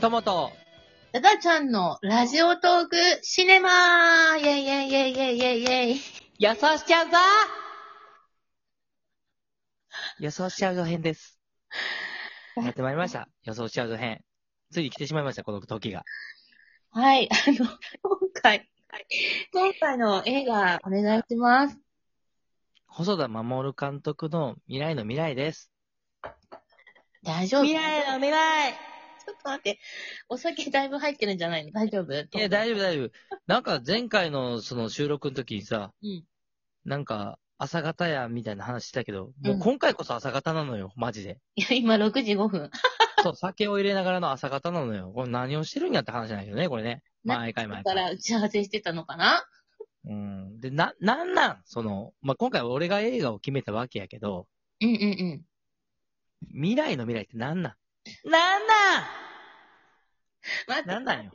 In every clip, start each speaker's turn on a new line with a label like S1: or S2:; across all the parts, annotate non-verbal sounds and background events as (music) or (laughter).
S1: トマト。
S2: ダダちゃんのラジオトークシネマーイェイイェイイェイイェイイェイイェイ
S1: 優しちゃうぞ予想しちゃうぞ編です。やってまいりました。予想しちゃうぞ編。ついに来てしまいました、この時が。
S2: はい、あの、今回、今回の映画お願いします。
S1: 細田守監督の未来の未来です。
S2: 大丈夫
S1: の未来
S2: ちょっと待って。お酒だいぶ入ってるんじゃないの大丈夫い
S1: いや、大丈夫、大丈夫。なんか前回のその収録の時にさ、
S2: うん
S1: なんか朝方やみたいな話したけど、もううん今回こそ朝方なのよ、マジで。
S2: や、今6時5分。
S1: そう、酒を入れながらの朝方なのよ。これ何をしてるんやって話なんだけどね、これね。
S2: な
S1: 毎回毎
S2: だか
S1: 回。
S2: ら打ち合わせしてたのかな
S1: うん。で、な、なんなんその、まあ、今回は俺が映画を決めたわけやけど、
S2: うんうんうん。
S1: 未来の未来ってなんなんなんなん
S2: 待って、
S1: なん
S2: (laughs)
S1: なんよ。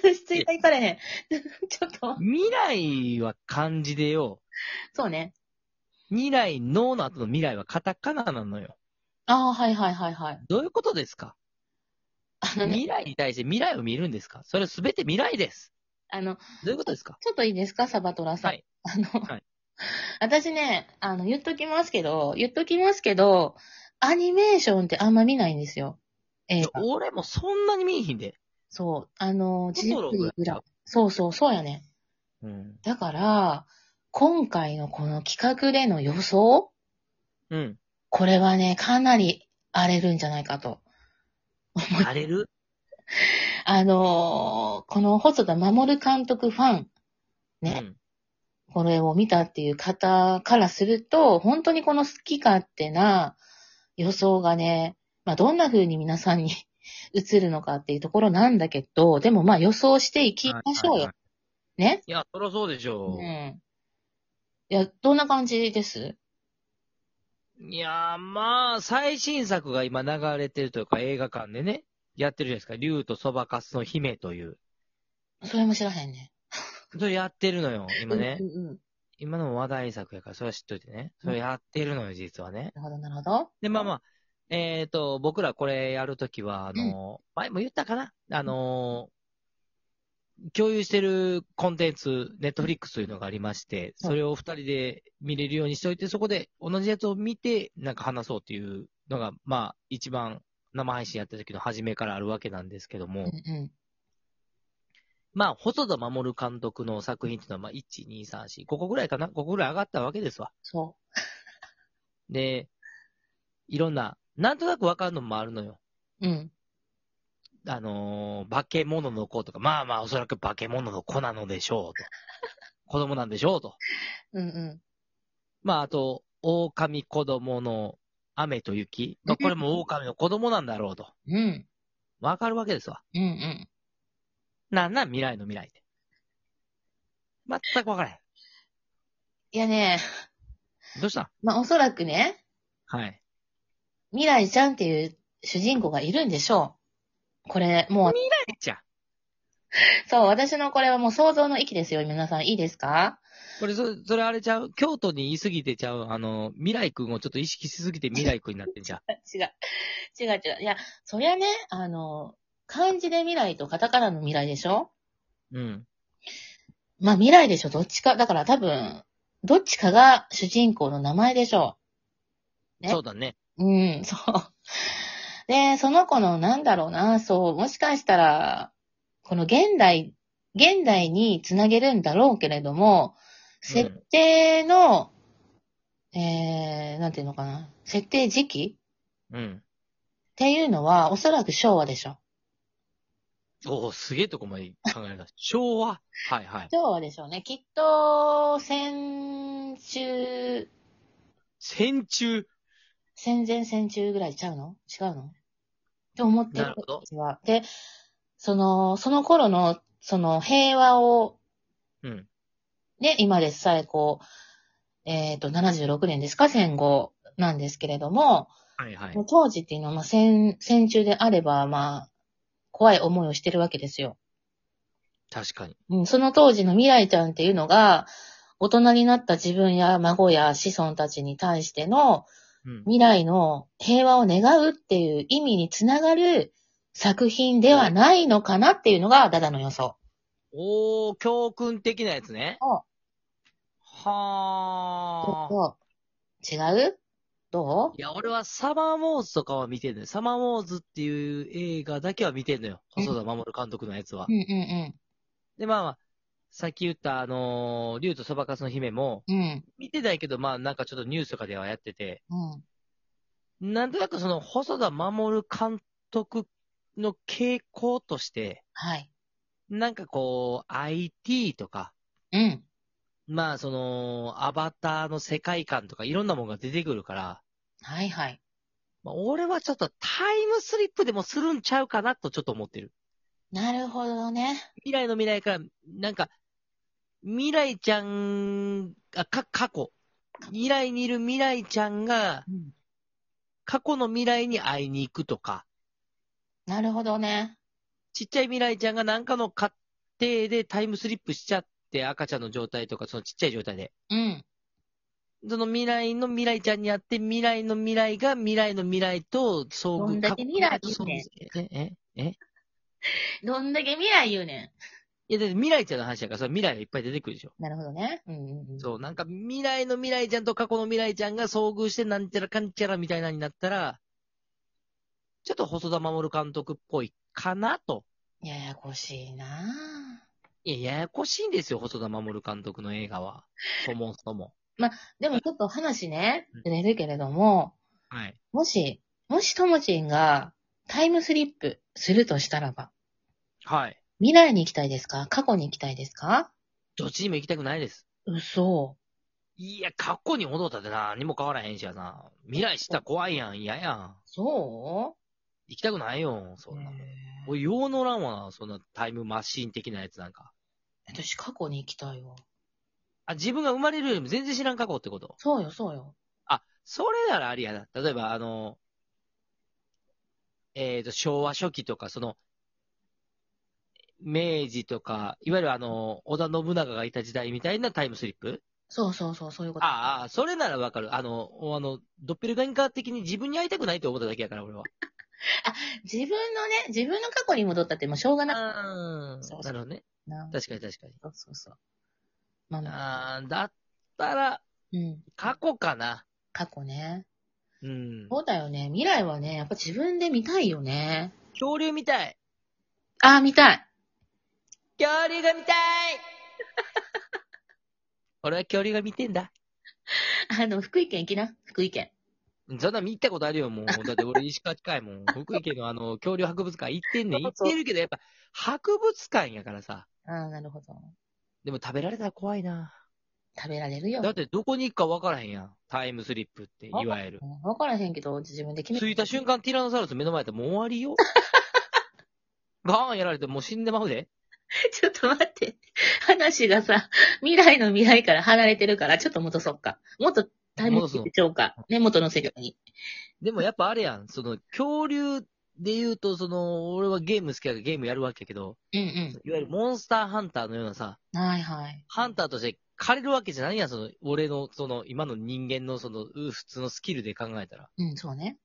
S2: 普通に行かれへん。 (laughs) ちょっと、
S1: 未来は漢字でよ。
S2: そうね。
S1: 未来のの後の未来はカタカナなのよ。
S2: ああ、はいはいはいはい。
S1: どういうことです
S2: (laughs)
S1: か
S2: あのね、
S1: 未来に対して未来を見るんですかそれすべて未来です。
S2: あの、
S1: どういうことですか
S2: ちょっといいですか、サバトラさん。
S1: はい
S2: あの、
S1: はい
S2: (laughs) 私ね、あの、言っときますけど、言っときますけど、アニメーションってあんま見ないんですよ。映画。
S1: 俺もそんなに見えひんで。
S2: そう。あの、じっ
S1: トトロ
S2: く
S1: ぐら
S2: り
S1: い
S2: ぐらい。そうそう、そうやね。
S1: うん。
S2: だから、今回のこの企画での予想
S1: うん。
S2: これはね、かなり荒れるんじゃないかと。
S1: 荒れる
S2: あのーこの細田守監督ファン、
S1: う
S2: ね、
S1: ん。
S2: これを見たっていう方からすると、本当にこの好き勝手な予想がね、まあどんな風に皆さんに (laughs) 映るのかっていうところなんだけど、でもまあ予想していきましょう
S1: はい
S2: よ。
S1: はいはい
S2: ね。
S1: いや、そりゃそうでしょう。
S2: うん。いや、どんな感じです
S1: いやー、まあ、最新作が今流れてるというか、映画館でね、やってるじゃないですか。竜とそばかすの姫という。
S2: それも知らへんね。
S1: それやってるのよ、今ね
S2: う。んうんうん。
S1: 今のも話題作やから、それは知っといてね。それやってるのよ、実はね。
S2: なるほど、なるほど。
S1: で、まあまあ、えっ、と、僕らこれやるときは、あの、前も言ったかなあのー共有してるコンテンツ、ネットフリックスというのがありまして、それを二人で見れるようにしておいて、そこで同じやつを見て、なんか話そうっていうのが、まあ、一番生配信やった時の初めからあるわけなんですけど
S2: う
S1: も、
S2: んうん。
S1: まあ、細田守監督の作品っていうのは、まあ、1、2、3、4、5個ぐらいかな ?5 個ぐらい上がったわけですわ。
S2: そ
S1: で、いろんな、なんとなくわかるのもあるのよ。
S2: う。うん。
S1: あのー化け物の子とか、まあまあおそらく化け物の子なのでし (laughs) ょうと。子供なんでしょうと。
S2: うんう
S1: まああと、狼子供の雨と雪。まあこれも狼の子供なんだろうと。
S2: ん。うん。
S1: わかるわけですわ。
S2: うんうん。
S1: なんなん未来の未来って。全くわからへ
S2: いやね、
S1: ん。どうしたん
S2: まあおそらくね、
S1: はい。
S2: 未来ちゃんっていう主人公がいるんでしょう。これ、もう
S1: えっちゃん。
S2: そう、私のこれはもう想像の域ですよ。皆さんいいですか
S1: これそ、それあれちゃう京都に言いすぎてちゃうあの、未来君をちょっと意識しすぎて未来君になってんじゃん。
S2: (laughs) 違う。違う違う。いや、そりゃね、あの、漢字で未来とカタカナの未来でしょ (laughs)
S1: うん。
S2: まあ未来でしょ。どっちか。だから多分、どっちかが主人公の名前でしょね
S1: そうだね。
S2: う。うん、そう。で、その子のなんだろうな、そう、もしかしたら、この現代、現代につなげるんだろうけれど
S1: う
S2: も、
S1: ん
S2: 設定の、えー、なんていうのかな。設定時期
S1: うん。
S2: っていうのは、おそらく昭和でしょ。
S1: おお、すげえとこまで考えた。昭和はいはい。
S2: 昭和でしょうね。きっと、戦中、
S1: 戦中。
S2: 戦前戦中ぐらいちゃうの違うのって思って
S1: なるほど
S2: 私は。で、その、その頃の、その平和を、
S1: うん。
S2: ね、今でさえこう、えっ、と、76年ですか戦後なんですけれども、
S1: はいはい
S2: も。う当時っていうのは、まあ、戦、戦中であれば、まあ、怖い思いをしてるわけですよ。
S1: 確かに。
S2: うん、その当時の未来ちゃんっていうのが、大人になった自分や孫や子孫たちに対しての
S1: うん。
S2: 未来の平和を願うっていう意味につながる作品ではないのかなっていうのがダダの予想。
S1: おー、教訓的なやつね。
S2: そ
S1: はー。
S2: どう違うど
S1: いや、俺はサマーウォーズとかは見てんのよ。サマーウォーズっていう映画だけは見てんのよ。
S2: うん
S1: 細田守監督のやつは
S2: うう。んうん
S1: で、まあまあ、さっき言ったあのー、竜とそばかすの姫も、
S2: うん。うん。
S1: 見てないけど、まあなんかちょっとニュースとかではやってて、
S2: うん。
S1: なんとなくその細田守監督の傾向として、
S2: はい。
S1: なんかこう、IT とか、
S2: うん。
S1: まあその、アバターの世界観とかいろんなものが出てくるから、
S2: はいはい。
S1: まあ、俺はちょっとタイムスリップでもするんちゃうかなとちょっと思ってる。
S2: なるほどね。
S1: 未来の未来から、なんか、未来ちゃん、あ、か、過去。未来にいる未来ちゃんが、
S2: うん。
S1: 過去の未来に会いに行くとか、
S2: なるほどね。
S1: ちっちゃい未来ちゃんがなんかの過程でタイムスリップしちゃって、赤ちゃんの状態とか、そのちっちゃい状態で。
S2: うん。
S1: その未来の未来ちゃんに会って、未来の未来が未来の未来と遭遇。
S2: どんだけ未来
S1: 過去の未来と遭遇え、え、え
S2: どんだけ未来言うね
S1: いや、だって未来ちゃんの話だから、それ未来がいっぱい出てくるでしょ。
S2: ん。なるほどね。うんうんうん。
S1: そう、なんか未来の未来ちゃんと過去の未来ちゃんが遭遇してなんちゃらかんちゃらみたいなになったら、ちょっと細田守監督っぽいかなと。
S2: ややこしいない
S1: や、ややこしいんですよ、細田守監督の映画は。そもそも。
S2: ぁでもちょっと話ね、ずれるけれども、
S1: はい。
S2: もし、もしともちんがタイムスリップするとしたらば、
S1: はい。
S2: 未来に行きたいですか過去に行きたいですか
S1: どっちにも行きたくないです。
S2: 嘘。
S1: いや、過去に戻ったって何も変わらへんしやな。未来知ったら怖いやん、嫌やん。
S2: そ
S1: 行きたくないよ、
S2: う
S1: そんなもん。俺、よう乗らんわな、そんなタイムマシーン的なやつなんか。
S2: 私過去に行きたいよ。
S1: あ、自分が生まれるよりも全然知らん過去ってこと
S2: そうよ、そうよ。
S1: あ、それならありやな。例えば、あの、えっ、と、昭和初期とか、その、明治とか、いわゆるあの、織田信長がいた時代みたいなタイムスリップ
S2: そうそうそう、そういうこと。
S1: ああ、それならわかる。あの、おあの、ドッペルガンカー的に自分に会いたくないと思っただけやから、俺は。
S2: 自分のね、自分の過去に戻ったってもうしょうが
S1: う
S2: な
S1: ーん。
S2: そうそ
S1: な
S2: う
S1: るほどね。
S2: いな。
S1: 確かに確かに。
S2: そうそうそう。まあまあ、
S1: ああ、だったら、
S2: うん。
S1: 過去かな。
S2: 過去ね。
S1: うん。
S2: そうだよね。未来はね、やっぱ自分で見たいよね。
S1: 恐竜みたい。
S2: ああ、見たい。
S1: 恐竜が見たい俺は恐竜が見てんだ。
S2: あの、福井県行きな。福井県。
S1: そんな見行ったことあるよ、もう。だって俺、石川近いもん。 (laughs) 福井県のあの、恐竜博物館行ってんねん。行ってるけど、やっぱ、博物館やからさ。
S2: ああ、なるほど。
S1: でも食べられたら怖いな。
S2: 食べられるよ。
S1: だって、どこに行くか分からへんやん。タイムスリップって、いわゆる。
S2: うんわからへんけど、自分で決め
S1: 着いた瞬間、ティラノサウルス目の前だったらもう終わりよ。ガーンやられてもう死んでまうで。
S2: (laughs) ちょっと待って。話がさ、未来の未来から離れてるから、ちょっと戻そっか。もっとタイムスリップしようか。ね、元の世界に。
S1: でもやっぱあれやん。その、恐竜で言うと、その、俺はゲーム好きやからゲームやるわけやけど、
S2: うん
S1: いわゆるモンスターハンターのようなさ、
S2: うん。はいはい。
S1: ハンターとして借りるわけじゃないやん、その、俺の、その、今の人間の、その、う普通のスキルで考えたら。
S2: うん、そうね。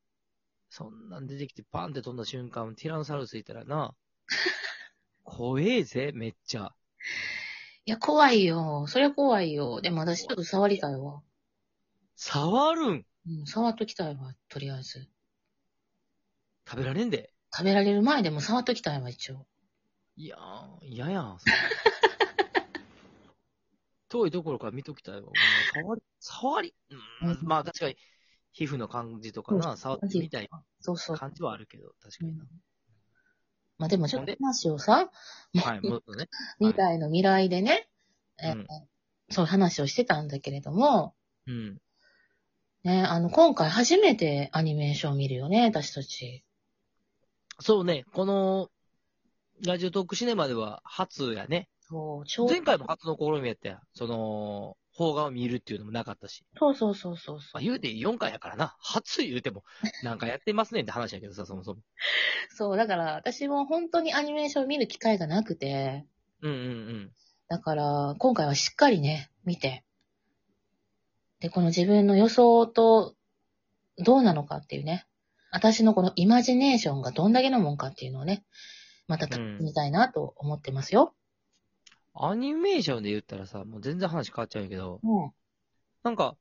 S1: そんなん出てきて、バンって飛んだ瞬間、ティラノサウルスいたら
S2: (laughs)
S1: な、怖えぜ、めっちゃ。
S2: いや、怖いよ。そりゃ怖いよ。でも私ちょっと触りたいわ。
S1: 触るん
S2: うん、触っときたいわ、とりあえず。
S1: 食べられんで。
S2: 食べられる前でも触っときたいわ、一応。
S1: いやー、嫌やん。そ
S2: (laughs)
S1: れ遠いところから見ときたいわ。もう触り、触り、うん、まあ確かに、皮膚の感じとかな、触ってみたい
S2: そうそう。
S1: 感じはあるけど、確かにな。
S2: まあでもちょっと話をさ、
S1: はい、もっとね。
S2: 未来の未来でね、
S1: うん
S2: えーそういう話をしてたんだけれども、
S1: うん。
S2: ね、あの、今回初めてアニメーションを見るよね、私たち。
S1: そうね、この、ラジオトークシネマでは初やね。
S2: そう、ちょう
S1: 前回も初の試みやったやん。その、邦画を見るっていうのもなかったし。
S2: そうそうそうそうそ
S1: まあ、
S2: う。
S1: 言うて4回やからな。初言うても、なんかやってますねんって話やけどさ、そもそも。
S2: そう、だから私も本当にアニメーションを見る機会がなくて、
S1: うんうんうん。
S2: だから今回はしっかりね、見て。で、この自分の予想と、どうなのかっていうね。私のこのイマジネーションがどんだけのもんかっていうのをね、また
S1: うん
S2: 見たいなと思ってますよ。
S1: アニメーションで言ったらさ、もう全然話変わっちゃうんやけど、
S2: うん。
S1: なんか、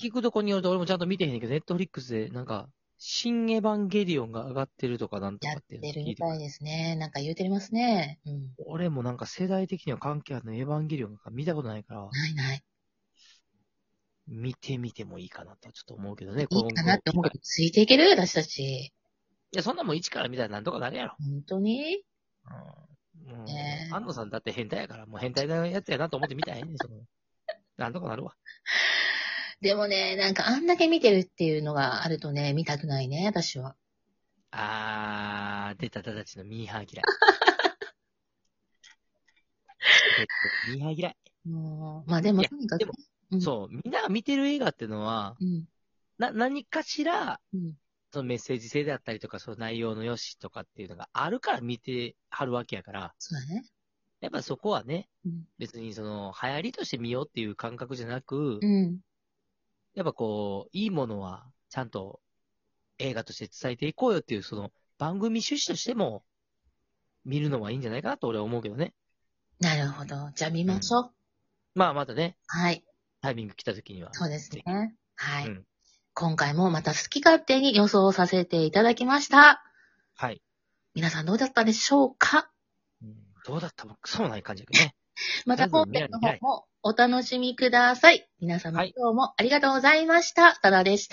S1: 聞くとこによると俺もちゃんと見てへんねんけど、ネットフリックスでなんか、新エヴァンゲリオンが上がってるとかなんと
S2: や
S1: か
S2: っ
S1: って
S2: て
S1: いうの
S2: る
S1: 聞い
S2: み
S1: てくる
S2: たいですね。なんか言うてますね。うん。
S1: 俺もなんか世代的には関係あるのエヴァンゲリオンが見たことないから、
S2: ないない。
S1: 見てみてもいいかなとはちょっと思うけどね、
S2: いいかなって思う
S1: 今
S2: け
S1: 後
S2: ど、ついていける私たち。
S1: いや、そんなもん一から見たらなんとかなるやろ。
S2: 本当に
S1: うん。もう
S2: ねえ
S1: 安藤さんだって変態やから、もう変態なやつやなと思って見たらええねん、その。なんとかなるわ。
S2: でもね、なんかあんだけ見てるっていうのがあるとね、見たくないね、私は。
S1: あー、出たたたちのミーハー
S2: (laughs)
S1: 嫌い。ミーハー嫌い。
S2: うん。まあでも、
S1: いや
S2: とにかく
S1: でも。
S2: うん
S1: そう、みんなが見てる映画ってのは、
S2: うん。
S1: な、何かしら、
S2: うん。
S1: そのメッセージ性であったりとか、その内容の良しとかっていうのがあるから見てはるわけやから、
S2: そうだね。
S1: やっぱそこはね、
S2: うん
S1: 別にその、流行りとして見ようっていう感覚じゃなく、
S2: うん。
S1: やっぱこう、いいものは、ちゃんと映画として伝えていこうよっていう、その、番組趣旨としても、見るのはいいんじゃないかなと俺は思うけどね。
S2: なるほど。じゃあ見ましょう。
S1: まあ、またね、
S2: はい。
S1: タイミング来た時には。
S2: そうですね。はい。
S1: うん
S2: 今回もまた好き勝手に予想させていただきました。
S1: はい。
S2: 皆さんどうだったでしょうか
S1: うんどうだったもクソもない感じだけどね。
S2: また本編の方もお楽しみください。皆様
S1: は
S2: 今
S1: い
S2: 日もありがとうございました。ただでした。